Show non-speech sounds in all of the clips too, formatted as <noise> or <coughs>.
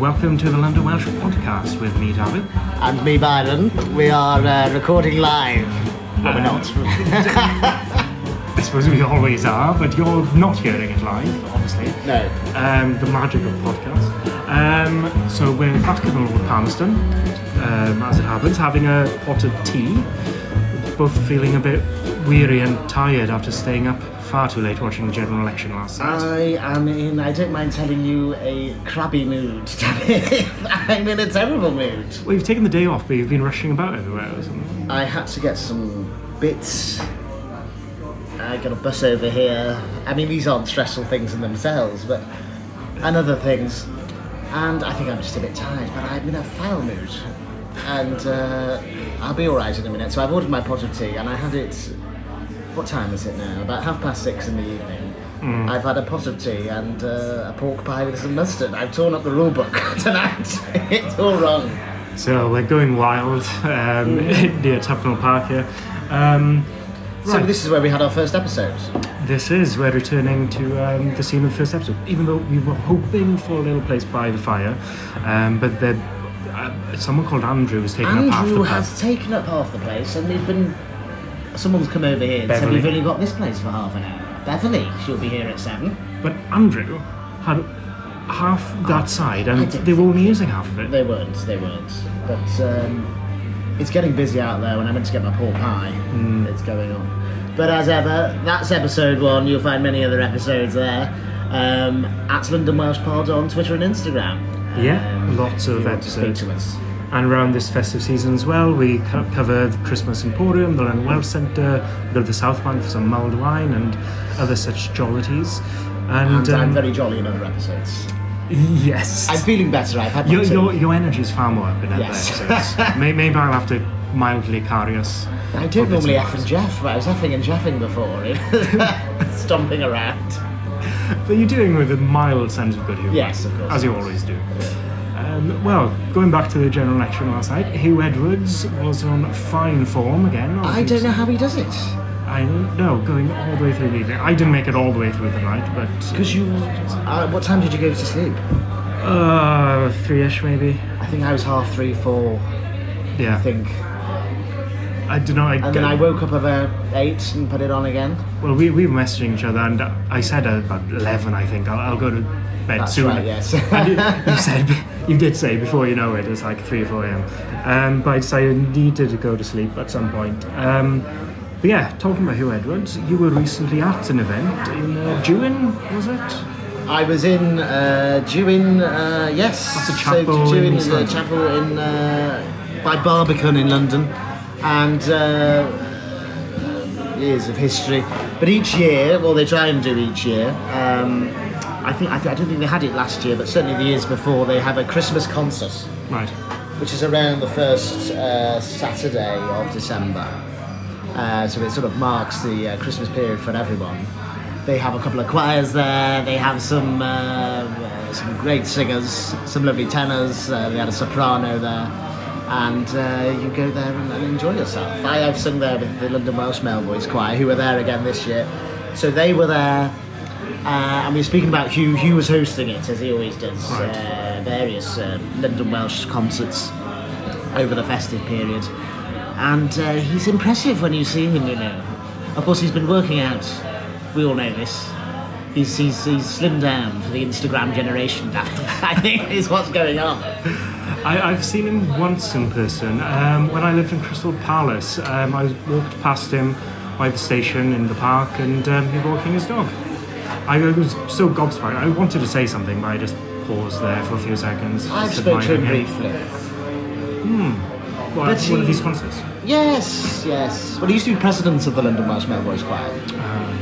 welcome to the London Welsh podcast with me, David. And me, Byron. We are uh, recording live. Well, we're not. <laughs> I suppose we always are, but you're not hearing it live, obviously. no. Um, the magic of podcasts. Um, so we're back in the Lord Palmerston, um, as it happens, having a pot of tea. Both feeling a bit weary and tired after staying up far too late watching the general election last night. I am in, I don't mind telling you, a crabby mood, <laughs> David. I'm in a terrible mood. well, you've taken the day off, but you've been rushing about everywhere or something. I had to get some bits. I got a bus over here. I mean, these aren't stressful things in themselves, but. and other things. And I think I'm just a bit tired, but I'm in a foul mood. And uh, I'll be alright in a minute. So I've ordered my pot of tea, and I had it. What time is it now? About half past six in the evening. I've had a pot of tea and uh, a pork pie with some mustard. I've torn up the rule book <laughs> tonight. it's all wrong. So we're going wild um, <laughs> Mm. near Tufnell Park here. Um, So right. this is where we had our first episode. This is, we're returning to um, the scene of the first episode, even though we were hoping for a little place by the fire, um, but then uh, someone called Andrew was taking up half the Andrew pub. has taken up half the place, and we've been. Someone's come over here and said Beverly. we've only got this place for half an hour. Beverly, she'll be here at seven. But Andrew had half that side, Oh, I and don't they were only using half of it. They weren't. They weren't. But um, it's getting busy out there. When I meant to get my pork pie, Mm. it's going on. But as ever, that's episode one. You'll find many other episodes there. Um, at London Welsh Pod on Twitter and Instagram. Yeah, Um, lots if of you want to speak episodes. to us. And around this festive season as well, we co- covered the Christmas Emporium, the London Welsh Centre, we go to the South Bank for some mulled wine and other such jollities. And, And I'm um, very jolly in other episodes. <laughs> yes. I'm feeling better. I've had my Your, tea. your, your energy is far more up in other Yes. <laughs> episodes. May- Maybe I'll have to mildly carry us. I don't Puppets normally and F and Jeff, but I was effing and Jeffing before, <laughs> stomping around. But you're doing with a mild sense of good humour. Yes, of course. As you always do. Um, well, going back to the general election last night, Hugh Edwards was on fine form again. I don't know how he does it. I don't know, going all the way through the evening. I didn't make it all the way through the night, but Because you, uh, what time did you go to sleep? uh, three-ish maybe. I think I was half three, four. Yeah, I think, I don't know. I and then I woke up about eight and put it on again. Well, we, we were messaging each other, and I said at about 11, I think, I'll, I'll go to bed That's soon. right, <laughs> yes. and you, <laughs> you said, you did say before you know it, it's like 3 or 4 a.m. Um, but I decided I needed to go to sleep at some point. Um, but yeah, talking about Hugh Edwards, you were recently at an event in uh, Jewin, was it? I was in uh, Dewin, uh, yes. That's a chapel So Dewin in is a East chapel in uh, by Barbican in London, and uh, years of history. But each year, well, they try and do each year. Um, I think I, th- I don't think they had it last year, but certainly the years before, they have a Christmas concert, Right. which is around the first uh, Saturday of December. Uh, so it sort of marks the uh, Christmas period for everyone. They have a couple of choirs there. They have some uh, uh, some great singers, some lovely tenors. Uh, they had a soprano there, and uh, you go there and, and enjoy yourself. I have sung there with the London Welsh Male Voice Choir, who were there again this year. So they were there, uh, and we were speaking about Hugh. Hugh was hosting it as he always does, Right. uh, various uh, London Welsh concerts over the festive period. And uh, he's impressive when you see him, you know. Of course, he's been working out. We all know this. He's, he's, he's slimmed down for the Instagram generation, <laughs> I think is what's going on. I, I've seen him once in person. Um, when I lived in Crystal Palace, um, I walked past him by the station in the park, and um, he was walking his dog. I was so gobsmacked. I wanted to say something, but I just paused there for a few seconds. I've just spoken to him admiring briefly. Well, but at one of he- these concerts. Yes, yes. Well, he used to be president of the London Welsh Male Voice Choir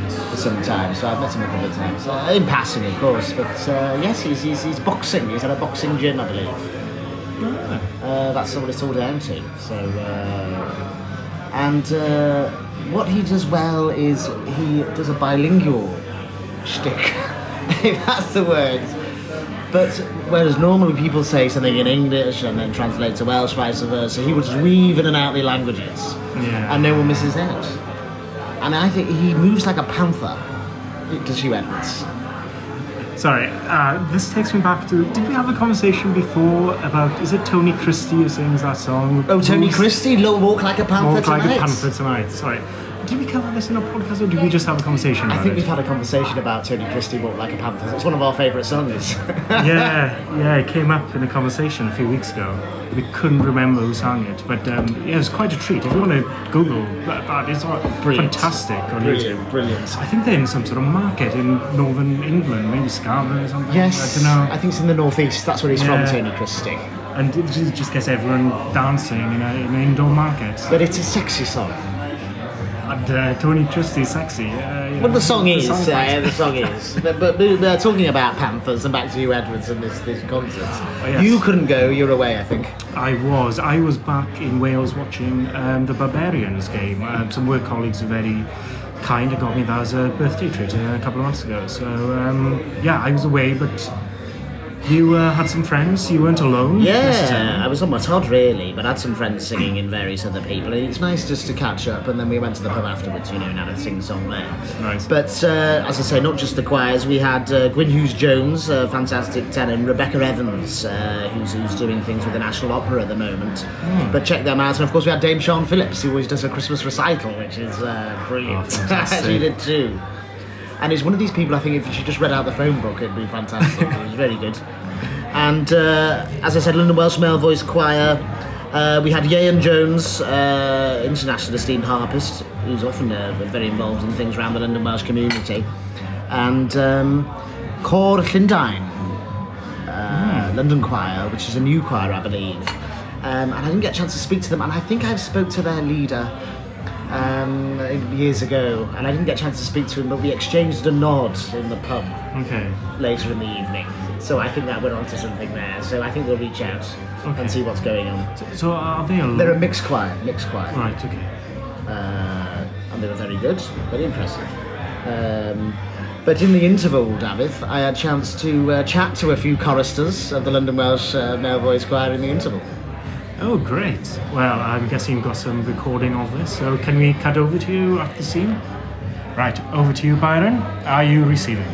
for some time, so I've met him a couple of times. Uh, in passing, of course, but uh, yes, he's, he's, he's boxing. He's had a boxing gym, I believe. Uh, that's what it's all down to. So, uh, and uh, what he does well is he does a bilingual shtick, <laughs> if that's the word. But whereas normally people say something in English and then translate to Welsh, vice versa, he would just weave in and out the languages, Yeah. and no one misses out. And I think he moves like a panther. Does Hugh Edwards? Sorry, uh, this takes me back to. Did we have a conversation before about is it Tony Christie who sings that song? Oh, Tony Who's- Christie, low walk like a panther Walk like tonight. a panther tonight. Sorry, did we cover this in a podcast or did we just have a conversation about I think it? we've had a conversation about Tony Christie, walk like a panther. It's one of our favourite songs. <laughs> yeah, yeah, it came up in a conversation a few weeks ago. We couldn't remember who sang it, but um, yeah, it was quite a treat. If you want to Google that, that it's all Brilliant. fantastic on YouTube. brilliant. I think they're in some sort of market in northern England, maybe Scarborough or something. Yes, I don't know. I think it's in the northeast. That's where he's Yeah. from, Tony Christie. And it ju- just gets everyone dancing in, a, in an indoor market. But it's a sexy song. And uh, Tony Christie's sexy. Uh, yeah. Well, the song is. song's uh, the song <laughs> is. But, but we- we're talking about Panthers and back to you, Edwards, and this, this concert. Oh, yes. You couldn't go. You're away, I think. I was. I was back in Wales watching um, the Barbarians game. Um, some work colleagues are very kind and got me that as a birthday treat uh, a couple of months ago. So um, yeah, I was away, but you uh, had some friends. You weren't alone. Yeah, necessarily. I was on my Todd really, but I had some friends singing in various other people, and it's nice just to catch up. And then we went to the pub afterwards, you know, and had a sing song there. Nice. But uh, as I say, not just the choirs. We had uh, Gwyn Hughes Jones, a fantastic tenor, and Rebecca Evans, uh, who's, who's doing things with the National Opera at the moment. But check them out. And of course, we had Dame Sean Phillips, who always does a Christmas recital, which is uh, Oh, brilliant. fantastic. <laughs> she did too. And it's one of these people, I think, if she just read out the phone book, it'd be fantastic. <laughs> it was very good. And uh, as I said, London Welsh Male Voice Choir. Uh, we had Yean Jones, uh, international esteemed harpist, who's often uh, very involved in things around the London Welsh community. And um, Cor Llundain, uh, London Choir, which is a new choir, I believe. Um, and I didn't get a chance to speak to them, and I think I've spoke to their leader um, years ago, and I didn't get a chance to speak to him, but we exchanged a nod in the pub Okay. later in the evening. So I think that went on to something there. So I think we'll reach out Okay. and see what's going on. So, so are they alone? They're a mixed choir, mixed choir, right. Okay. uh, and they were very good, very impressive. Um, but in the interval, Davith, I had a chance to uh, chat to a few choristers of the London Welsh uh, Male Voice Choir in the interval. Oh, great. Well, I'm guessing you've got some recording of this. So can we cut over to you at the scene? Right. Over to you, Byron. Are you receiving?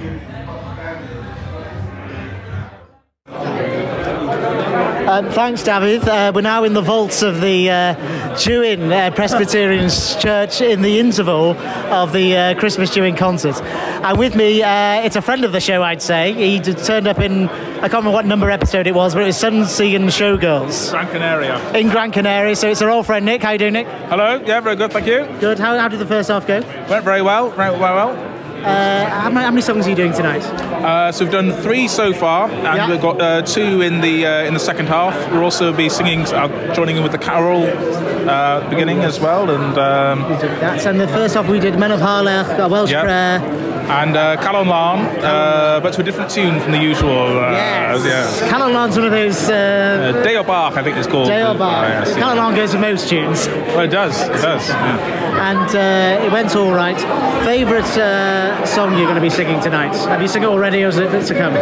Um, thanks, David. Uh, we're now in the vaults of the uh, Jewin uh, Presbyterian Church in the interval of the uh, Christmas Jewin concert. And with me, uh, it's a friend of the show, I'd say. He d- turned up in, I can't remember what number episode it was, but it was Sun, Sea and Showgirls Gran Canaria. in Gran Canaria. So it's our old friend Nick. How you doing, Nick? Hello, yeah, very good, thank you. Good. How, how did the first half go? Went very well, very well. well. Uh, how, many, how many songs are you doing tonight? Uh, so we've done three so far, and Yeah. we've got uh, two in the uh, in the second half. We'll also be singing, uh, joining in with the carol uh, beginning as well, and um, That's and the first half we did Men of Harlech, a Welsh Yeah. prayer. and uh, Calon Lan, uh, but to a different tune from the usual. Uh, yes. Canon Lan's one of those. Uh, Yeah. Uh, Day of Bach, I think it's called. Dale Bar. Oh, yes, yeah. Kind of long goes with most tunes, Well, it does, it does. yeah. and uh, it went all right. Favorite uh, song you're going to be singing tonight? Have you sung it already, or is it to come?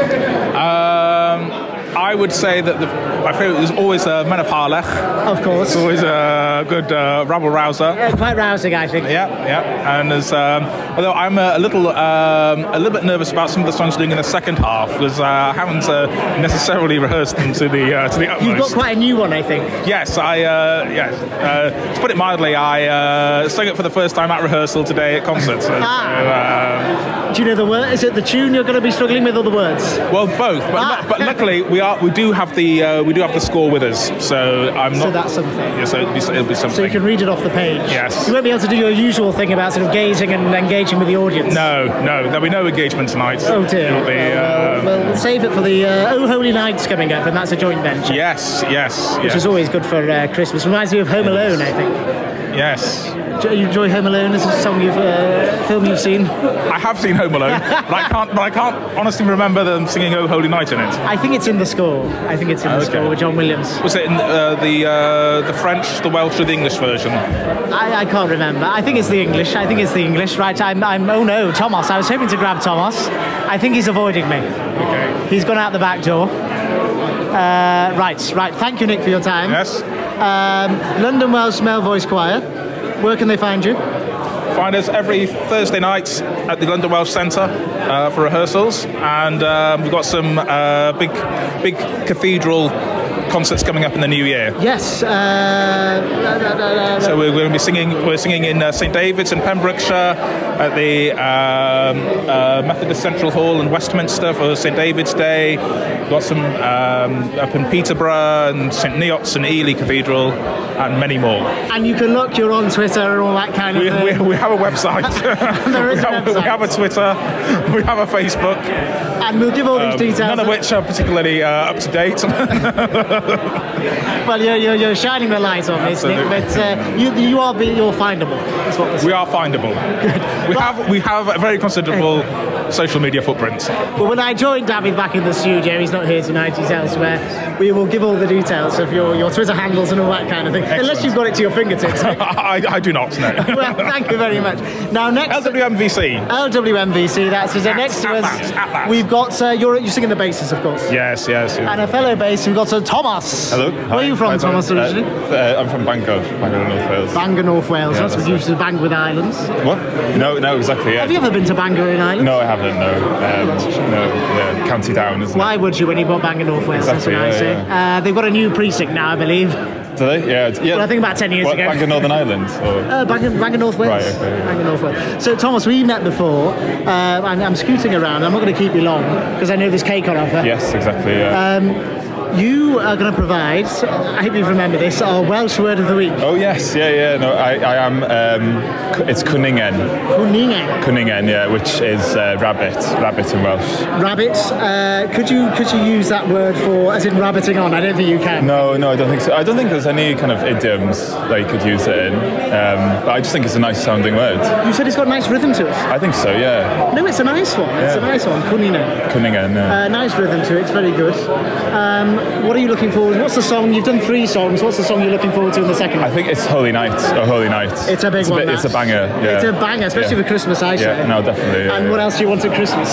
Um, I would say that the, my favourite is always uh, Men of Harlech. Of course. It's always a good uh, rabble rouser. Uh, Quite rousing, I think. Yeah, yeah, and as um, although I'm a, a little um, a little bit nervous about some of the songs doing in the second half because uh, I haven't uh, necessarily <laughs> rehearsed them to the uh, to the utmost. You've got quite a new one, I think. yes, I uh, yes. Uh, to put it mildly, I uh, sang it for the first time at rehearsal today at concert. So, Ah. uh, Do you know the word? Is it the tune you're going to be struggling with, or the words? well, both, but, Ah. but luckily we are we do have the uh, we do have the score with us, so I'm not. So that's something. Yeah, so it'll be, it'll be something. So you can read it off the page. Yes. You won't be able to do your usual thing about sort of gazing and engaging with the audience. no, no, there'll be no engagement tonight. Oh dear. It'll be. well, Uh, well, we'll save it for the uh, Oh Holy Night's coming up, and that's a joint venture, yes, yes, which yes. is always good for uh, Christmas. Reminds me of Home Alone, I think. yes. Do you enjoy Home Alone? Is this a song you've, uh, film you've seen? I have seen Home Alone, but I can't. But I can't honestly remember them singing "Oh Holy Night" in it. I think it's in the score. I think it's in the Okay. score with John Williams. Was it in uh, the uh, the French, the Welsh, or the English version? I, I can't remember. I think it's the English. I think it's the English. Right, I'm, I'm, oh no, Thomas. I was hoping to grab Thomas. I think he's avoiding me. Okay. He's gone out the back door. Uh, right, right. Thank you, Nick, for your time. Yes. Um, London Welsh Male Voice Choir. Where can they find you? Uh, Find us every Thursday night at the London Welsh Centre uh, for rehearsals, and um, we've got some uh, big, big cathedral concerts coming up in the new year. Yes. Uh, la, la, la, la, la. So we're going to be singing. We're singing in uh, St David's in Pembrokeshire at the um, uh, Methodist Central Hall in Westminster for St David's Day. We've got some um, up in Peterborough and St Neots and Ely Cathedral, and many more. and you can look. You're on Twitter and all that kind of We, thing. we, we have a <laughs> website. There is we, a have, <laughs> we website. have a Twitter. We have a Facebook. and we'll give all these details. Um, None of which are particularly uh, up to date. <laughs> Well, you're, you're, you're shining the light on this, Nick. Absolutely. But uh, you, you are be, you're findable. That's what we're saying. we are findable. We have we have a very considerable social media footprint. <laughs> But when I joined David back in the studio, he's not here tonight, he's elsewhere. We will give all the details of your, your Twitter handles and all that kind of thing, unless Excellent. you've got it to your <laughs> fingertips. I, I do not know. well, thank you very much. Now next. LWMVC. LWMVC, that's it. So next to at us, last, at last. we've got uh, you're, you're singing the basses, of course, Yes, yes. yes. and a fellow bass. We've got uh, Thomas. Hello. Where Hi. are you from, Hi, Thomas? Uh, Originally, uh, I'm from Bangor, Bangor, North Wales. Bangor, North Wales. Yeah, that's what that's you right. used to Bangor with Islands. what? No, no, exactly. Yeah. Have you ever been to Bangor in Ireland? no, I haven't. No, um, no. Yeah, County Down, isn't Why would you when you bought Bangor North Wales? Exactly, that's what I yeah, say. Uh, they've got a new precinct now, I <laughs> believe. Uh, it? Do they? Yeah. it's- yeah. Well, I think about 10 years what, ago. Uh, Bangor, Northern Ireland. Or, Bangor, Bangor North Wales. Right, okay, yeah. Bangor North Wales. So Thomas, we met before. Uh, I'm, I'm scooting around. I'm not going to keep you long because I know there's cake on offer. Um, yes, exactly. Uh, Yeah. You are going to provide. I hope you remember this. Our Welsh word of the week. oh yes. Yeah, yeah. No, I, I am. Um, cu- it's Cunningen, Cwningen. Cunningen. Yeah, which is uh, rabbit, rabbit in Welsh. Rabbit. Uh, could you could you use that word for as in rabbiting on? I don't think you can. No, no, I don't think so. I don't think there's any kind of idioms that you could use it in. Um, but I just think it's a nice sounding word. You said it's got nice rhythm to it. I think so. Yeah, No, it's a nice one. It's a Yeah. nice one. Cwningen. Cunningen. Yeah. Uh, nice rhythm to it, it's very good. Um, what are you looking forward What's the song? You've done three songs. What's the song you're looking forward to in the second I one? think it's Holy Night. Oh, Holy Night. It's a big a one. bit- that. it's a banger. Yeah. It's a banger, especially yeah. for Christmas, I say. Yeah, no, definitely. Yeah, and yeah. what else do you want at <laughs> Christmas?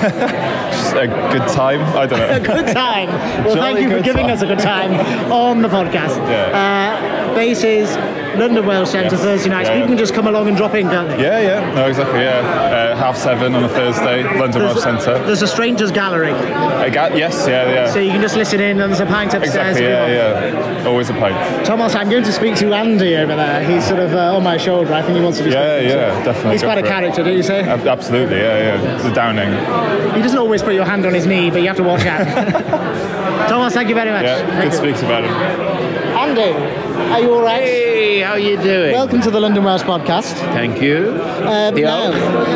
Just a good time. I <laughs> don't A know. good time. Well, Jolly thank you for good giving time. us a good <laughs> time on the podcast. Uh, bases, London Welsh Centre, Yeah. Thursday nights. Yeah, People yeah. can just come along and drop in, can't they? yeah, yeah. No, exactly. Yeah. Uh, half seven on a Thursday, London Welsh There's, Centre. there's a strangers gallery, I got, yes. Yeah, yeah. so you can just listen in, and there's a pint upstairs. exactly. if you Yeah, want. yeah. Always a pint. Thomas, I'm going to speak to Andy over there. He's sort of uh, on my shoulder. I think he wants to. Just Yeah, yeah. Definitely. He's go quite a for it. character, don't you say? Ab- Absolutely. Yeah, yeah. It's a downing. He doesn't always put your hand on his knee, but you have to watch out. <laughs> Thomas, thank you very much. Yeah. Thank Good you. speaks about it. Andy, are you all right? Hey, how you doing? Welcome to the London Welsh podcast. Thank you. Um, The now,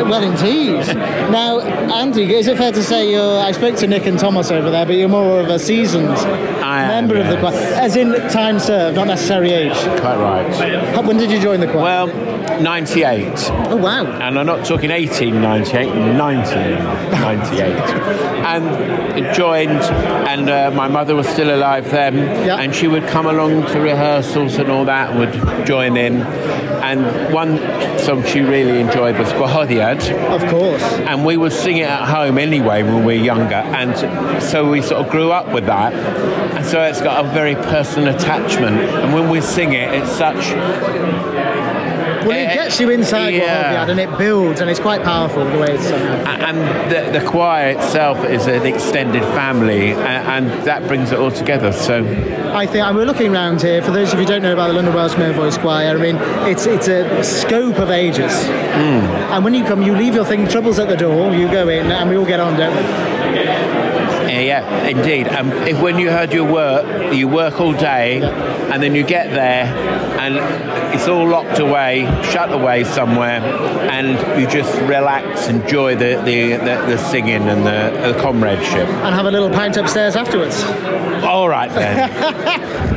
well, <laughs> indeed. now, Andy, is it fair to say you're? I spoke to Nick and Thomas over there, but you're more of a seasoned I am, member of the yes. choir, as in time served, not necessary age. Quite right. How- When did you join the choir? Well, 98. oh wow. And I'm not talking 1898, 1998. and joined, and uh, my mother was still alive then, Yeah. and she would come along to rehearsals and all that, would join in. And one song she really enjoyed was Gwahodiad. Of course. and we would sing it at home anyway when we were younger and so we sort of grew up with that and so it's got a very personal attachment and when we sing it it's such Well, it Eh, gets you inside what yeah. Harvey had, and it builds, and it's quite powerful the way it's sung out. and the, the choir itself is an extended family and, and that brings it all together so I think, and we're looking around here, for those of you who don't know about the London Welsh Male Voice Choir, I mean, it's it's a scope of ages. Hmm. And when you come, you leave your thing, trouble's at the door, you go in, and we all get on, don't we? eh, yeah indeed um, if when you heard your work you work all day and then you get there and it's all locked away shut away somewhere and you just relax enjoy the, the, the, the singing and the, the comradeship And have a little pint upstairs afterwards. All right then.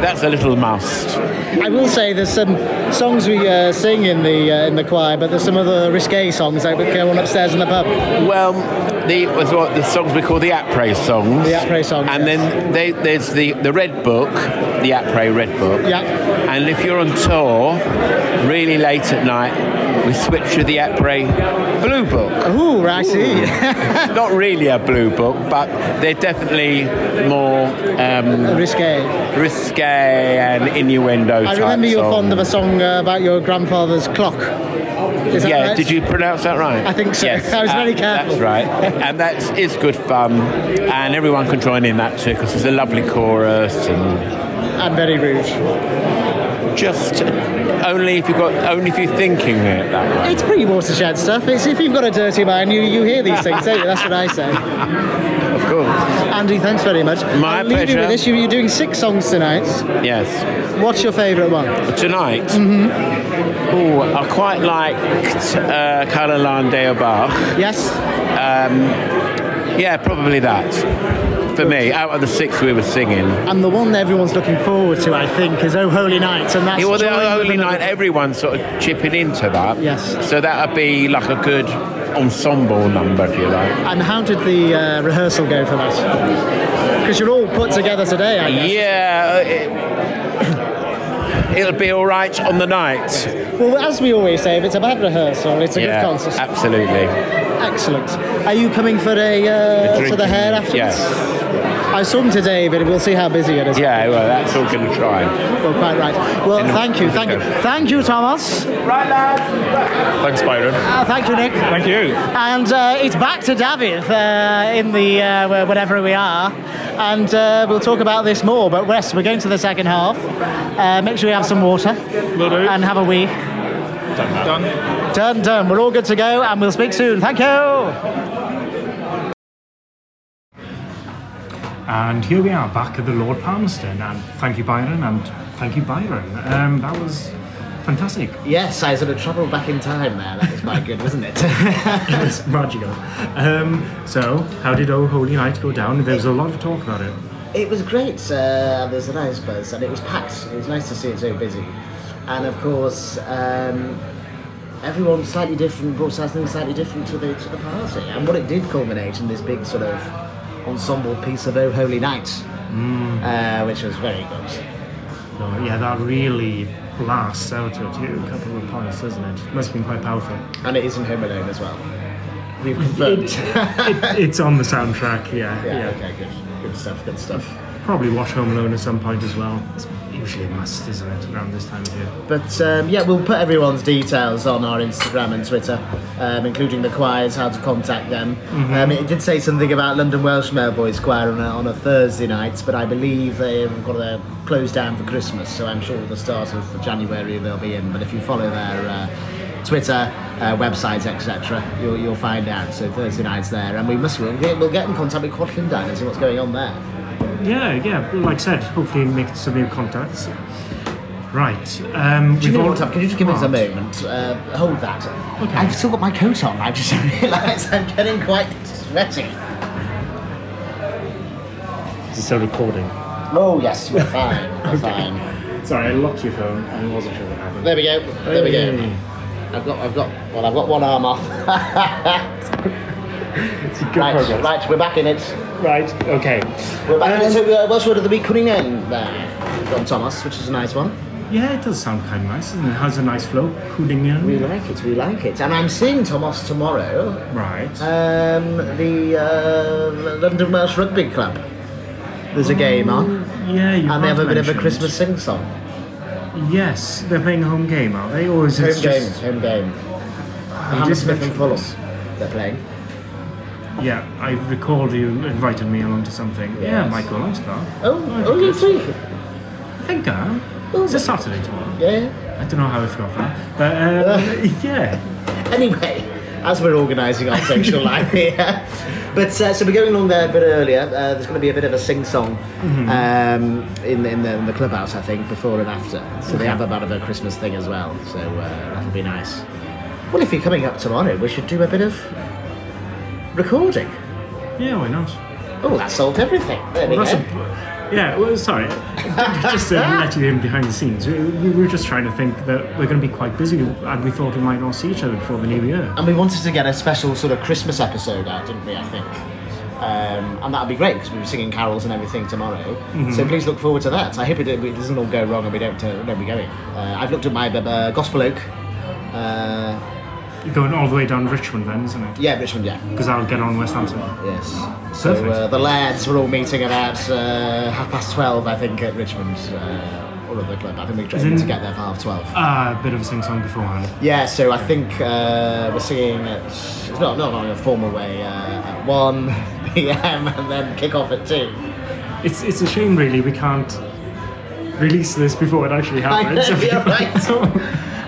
That's a little must. I will say there's some songs we uh, sing in the uh, in the choir, but there's some other risque songs that would go on upstairs in the pub. Well, the was what the songs we call the après songs. The après songs, yes. And then they, there's the the red book, the après red book. Yeah. And if you're on tour, really late at night, we switch to the après blue book. <laughs> Ooh, right, I see. Not really a blue book, but they're definitely more <laughs> um, risque. risque and innuendo. I type remember you're songs. fond of a song uh, about your grandfather's clock. Is that yeah, right? did you pronounce that right? I think so. Yes. Uh, I was very That's careful. right. and that's it's good fun, and everyone can join in that too because it's a lovely chorus and And very rude. just only if you got only if you're thinking it that way. It's pretty watershed stuff. It's if you've got a dirty mind, you, you hear these things, don't you? That's what I say. Of course. Andy, thanks very much. My I'll leave you pleasure. with this. You- You're doing six songs tonight. Yes. What's your favourite one? Tonight. Mm-hmm. Oh, I quite like uh, Caroline de Bach. Yes. Yeah, probably that. For me, out of the six we were singing. And the one that everyone's looking forward to, I think, is Oh Holy Night, and that's Yeah, well, the Oh joined with only another- night everyone's sort of chipping into that. Yes. So that'd be like a good ensemble number, if you like. And how did the uh, rehearsal go for that? Because you're all put together today, I guess. Yeah, it, <coughs> it'll be all right on the night. Well, as we always say, if it's a bad rehearsal, it's a yeah, good concert. absolutely. Excellent. Are you coming for a uh, to the hair afterwards? Yes. I saw him today, but we'll see how busy it is. Yeah, well, that's all going to try. Well, quite right. Well, In a- thank you, thank you, okay. thank you, Thomas. Thanks, Byron. Uh, thank you, Nick. Thank you. And uh, it's back to Davith uh, in the uh, where- wherever we are, and uh, we'll talk about this more. But Wes, we're going to the second half. Uh, make sure you have some water and have a wee. Done. Done. Done. Done. We're all good to go, and we'll speak soon. Thank you. And here we are back at the Lord Palmerston. And thank you, Byron. And thank you, Byron. Um, that was fantastic. <laughs> Yes, I sort of travelled back in time there. That was quite good, wasn't it? <laughs> It's magical. Um, so, how did Oh Holy Night go down? There was a lot of talk about it. It was great. Uh, there was a nice buzz, and it was packed. It was nice to see it so busy. And of course, um, everyone was slightly different, brought something slightly different to the to the party. And what it did culminate in this big sort of ensemble piece of Oh Holy Night, uh, which was very good. Oh, yeah, that really blasts out at you a couple of points, doesn't it? Must have been quite powerful. And it isn't Home Alone as well. We've confirmed. It, it's on the soundtrack, yeah. <laughs> yeah, Okay. Good. Good stuff. Good stuff. Probably watch Home Alone at some point as well. It's usually a must, isn't it, around this time of year? But um, yeah, we'll put everyone's details on our Instagram and Twitter, um, including the choirs, how to contact them. Um, it did say something about London Welsh Male Boys Choir on a, on a Thursday night, but I believe they've got to close down for Christmas, so I'm sure the start of January they'll be in. But if you follow their uh, Twitter, uh, websites, etc., you'll, you'll find out. So Thursday night's there, and we must we'll get, we'll get in contact with Quadlindine and see what's going on there. Yeah, yeah. Like I said, hopefully make some new contacts. Right. Um, Do we've you know all- what, Tom, Can you just give us a What? moment? Uh, hold that. I've still got my coat on. I just <laughs> realised I'm getting quite sweaty. It's still recording. Oh yes, we're fine. <laughs> We're fine. Sorry, I locked your phone and I wasn't sure what happened. There we go. There we go. Hey. I've got, I've got, well, I've got one arm off. <laughs> It's a good right, progress. right, we're back in it. Right, okay. We're back in it. Um, So, uh, Welsh word of the week coming in there from Thomas, which is a nice one. Yeah, it does sound kind of nice, doesn't it? It has a nice flow, cooling We in. like it. We like it. And I'm seeing Thomas tomorrow. Right. Um, the uh, London Welsh Rugby Club. There's a game on. yeah, you And they have a have bit of a mentioned. Christmas sing song. Yes, they're playing a home game, are they? Or is it home just game, home game. You did Hammersmith and mention Fulham, this. they're playing. Yeah, I recalled you invited me along to something. Yeah, Yes. Michael, I'm star. Oh, oh, you too. I think I am. Oh. It's a Saturday tomorrow. Yeah. I don't know how I forgot that. But um, yeah, Anyway, as we're organising our <laughs> social life here, but uh, so we're going along there a bit earlier. Uh, there's going to be a bit of a sing song Mm-hmm. um, in, in, the, in the clubhouse, I think, before and after. So they have a bit of a Christmas thing as well. So uh, that'll be nice. Well, if you're coming up tomorrow, we should do a bit of recording. yeah, why not? Oh, that solved everything. There we Well, that's go. a, yeah, well, sorry. <laughs> just to let you in behind the scenes, we, we were just trying to think that we're going to be quite busy, and we thought we might not see each other before the new year. And we wanted to get a special sort of Christmas episode out, didn't we? I think. Um, and that would be great because we were singing carols and everything tomorrow. Mm-hmm. So please look forward to that. I hope it, it doesn't all go wrong and we don't, uh, don't be going. Uh, I've looked at my uh, Gospel Oak. Uh, You're going all the way down Richmond, then, isn't it? yeah, Richmond, yeah. Because I'll get on Westhampton. Yes. So uh, Perfect. the lads were all meeting about uh, half past 12, I think, at Richmond. Uh, or other club. I think we're in- trying to get there for half twelve. Ah, a bit of a sing song beforehand. Yeah, so I think uh, we're singing at it's not not not in a formal way uh, at one <laughs> p.m. and then kick off at two. It's it's a shame, really, we can't release this before it actually happens. yeah, right.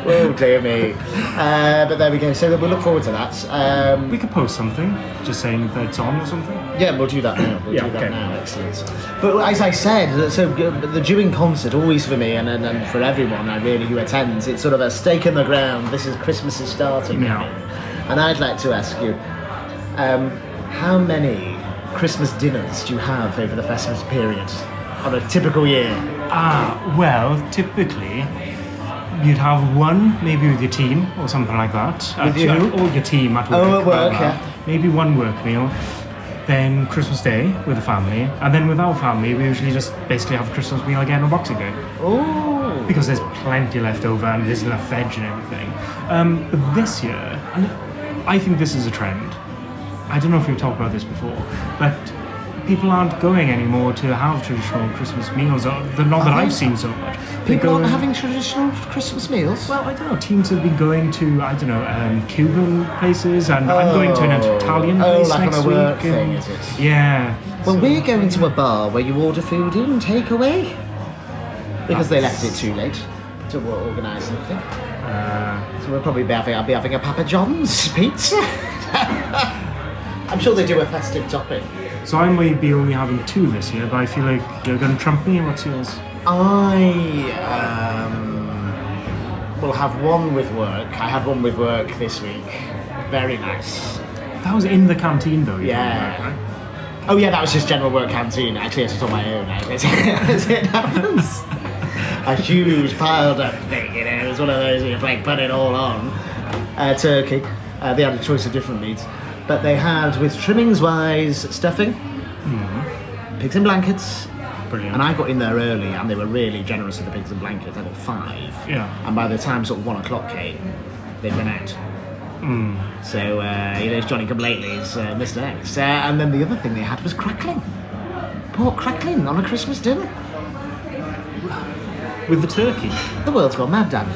oh <laughs> dear me. Uh, but there we go. So we look forward to that. <laughs> Um, we could post something, just saying that it's on or something. Yeah, we'll do that now. We'll Yeah, do that okay. now. Excellent. But as I said, so the Dewing concert always for me and, and, and for everyone I really who attends, it's sort of a stake in the ground. This is Christmas is starting. Yeah. And I'd like to ask you, um, how many Christmas dinners do you have over the festive period on a typical year? Ah, well, typically you'd have one, maybe with your team or something like that. With Uh, you? two- Or your team at work. Oh, at work, blah, blah. yeah. Maybe one work meal. Then Christmas Day with the family, and then with our family, we usually just basically have a Christmas meal again on Boxing Day. Oh. because there's plenty left over and there's enough veg and everything. Um, but this year, and I think this is a trend. I don't know if we've talked about this before, but people aren't going anymore to have traditional Christmas meals. Or the not that Are they? I've seen so much. They're People aren't going- having traditional Christmas meals. Well, I don't know. Teams have been going to I don't know um, Cuban places, and I'm going to an Oh. Italian Oh, place like on next a work week. thing, and- is it? Yeah. Well, we're going to a bar where you order food in, take away. Because they left it too late to o- organise anything. so we'll probably be having, I'll be having a Papa John's pizza. <laughs> I'm sure they do a festive topping. So I may be only having two this year, but I feel like you're going to trump me. What's yours? I um, will have one with work. I had one with work this week. Very nice. That was in the canteen, though. you Yeah. told me, right? Oh yeah, that was just general work canteen. Actually, it's just on my own. I- <laughs> It's, it happens. A huge piled up thing, you know. It's one of those where you like put it all on. Uh, turkey. Uh, they had a choice of different meats, but they had with trimmings wise stuffing, pigs in blankets. Brilliant. And I got in there early, and they were really generous with the pigs in blankets. I got five. Yeah. And by the time sort of one o'clock came, they'd run out. Hmm. So uh, you know, Johnny Come Lately's uh, Mr. X. Uh, and then the other thing they had was crackling. Pork crackling on a Christmas dinner. with the turkey. The world's gone mad, Dan.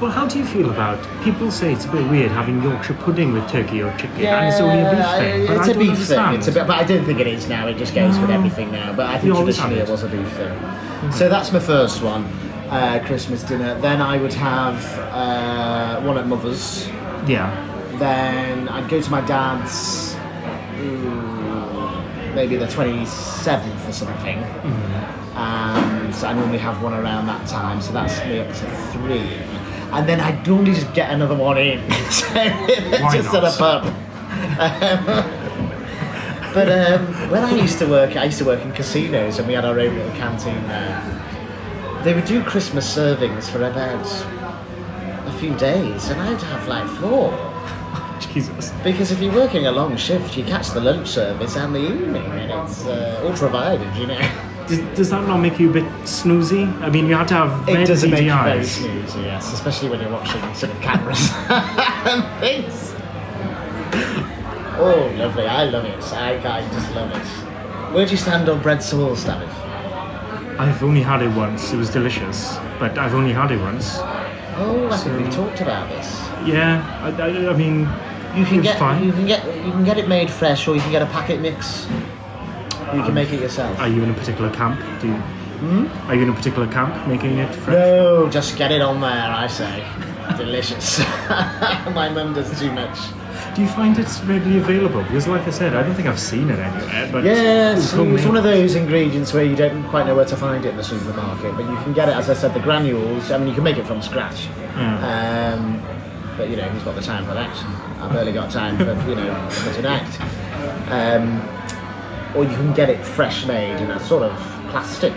Well, how do you feel about people say it's a bit weird having Yorkshire pudding with turkey or chicken, and it's only a beef thing. But I it's a don't beef understand. thing. It's a bit, but I don't think it is now. It just goes with everything now. But I think You always traditionally had it it. was a beef thing. Hmm. So that's my first one, uh, Christmas dinner. Then I would have uh, one at mother's. Yeah, Then I'd go to my dad's, ooh, maybe the 27th or something. And so I normally have one around that time, so that's me up to three. And then I normally just get another one in, <laughs> so <laughs> just not? at a pub. Um, but um, when I used to work, I used to work in casinos, and we had our own little canteen there. They would do Christmas servings for about a few days and I'd have like four. Jesus. Because if you're working a long shift, you catch the lunch service and the evening and it's uh, all provided, you know. Does, does that not make you a bit snoozy? I mean, you have to have It red doesn't make you very DDIs. snoozy, yes, especially when you're watching sort of cameras <laughs> and things. Oh, lovely. I love it. I, I just love it. Where do you stand on bread sauce, David? I've only had it once. It was delicious, but I've only had it once. Oh, I think we've talked about this. Yeah, I, I, I mean, You can it was get fine. you can get you can get it made fresh, or you can get a packet mix. You can make it yourself. Are you in a particular camp? Do you? Are you in a particular camp making it fresh? Hmm? No, just get it on there, I say. <laughs> Delicious. <laughs> My mum does too much. Do you find it's readily available? Because, like I said, I don't think I've seen it anywhere. But Yes, it's homemade. one of those ingredients where you don't quite know where to find it in the supermarket, but you can get it, as I said, the granules. I mean, you can make it from scratch. Um, but you know, who's got the time for that? I've barely got time for you know for tonight. Um, or you can get it fresh made in a sort of plastic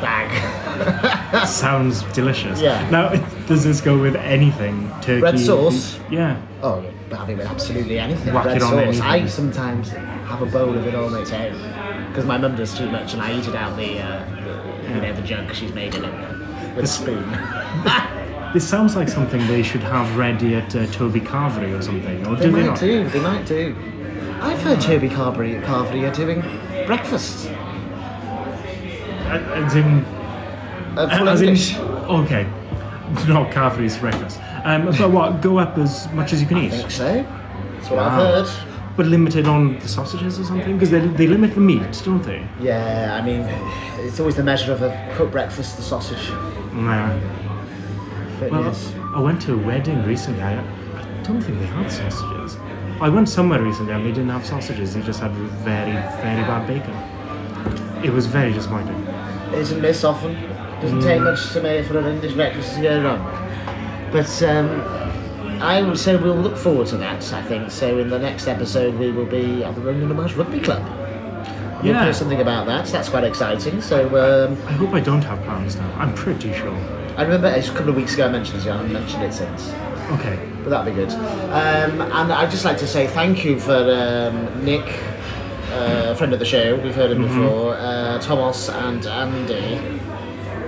bag. <laughs> Sounds delicious. Yeah. Now, <laughs> does this go with anything? Turkey. Red sauce? beef- Yeah. Oh, but having with absolutely anything. Whack Red it on sauce. anything. I sometimes have a bowl of it on its own because my mum does too much, and I eat it out the, uh, the you know the jug she's made in it with a spoon. <laughs> This sounds like something they should have ready at uh, Toby Carvery or something. Or <laughs> They do they might not? do. They might do. I've heard Toby Carvery, Carvery are doing breakfast. as in, Uh, full as in, <laughs> English. okay, not Carfrey's breakfast. Um, but what? Go up as much as you can I think eat, so. That's what I've heard. but limited on the sausages or something because they, they limit the meat, don't they? Yeah, I mean, it's always the measure of a cooked breakfast, the sausage. Nah. But Well, yes. I went to a wedding recently. I, I don't think they had sausages. I went somewhere recently and they didn't have sausages. They just had very, very bad bacon. It was very disappointing. isn't this often. Doesn't take much to make for an English breakfast to go wrong. But um, I would say we'll look forward to that. I think so. In the next episode, we will be at the Roman Marsh Rugby Club. We'll Yeah. do something about that. That's quite exciting. So um, I hope I don't have plans now. I'm pretty sure. I remember it's a couple of weeks ago I mentioned this. yeah, I haven't mentioned it since. Okay. But that'd be good. Um, and I'd just like to say thank you for um, Nick, uh, friend of the show, we've heard him before, uh, Thomas and Andy,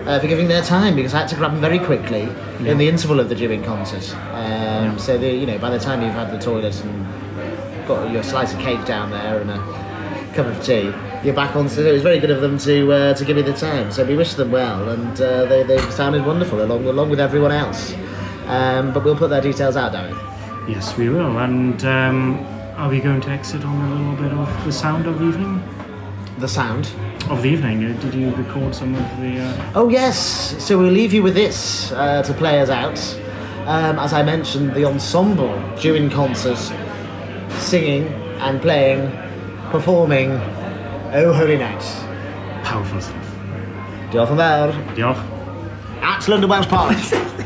uh, for giving their time because I had to grab them very quickly in the interval of the Jibbing concert. Um, So, the, you know, by the time you've had the toilet and got your slice of cake down there and a cup of tea, you're back on. So it was very good of them to uh, to give me the time. So we wish them well, and uh, they, they sounded wonderful along along with everyone else. Um, but we'll put their details out, Darren. Yes, we will. And um, are we going to exit on a little bit of the sound of the evening? The sound. Of the evening? Uh, Did you record some of the? Uh... Oh yes. So we'll leave you with this uh, to play us out. Um, as I mentioned, the ensemble during concert, singing and playing, performing. Oh holy night. Powerful stuff. Diolch yn fawr. Diolch. At London Welsh Park.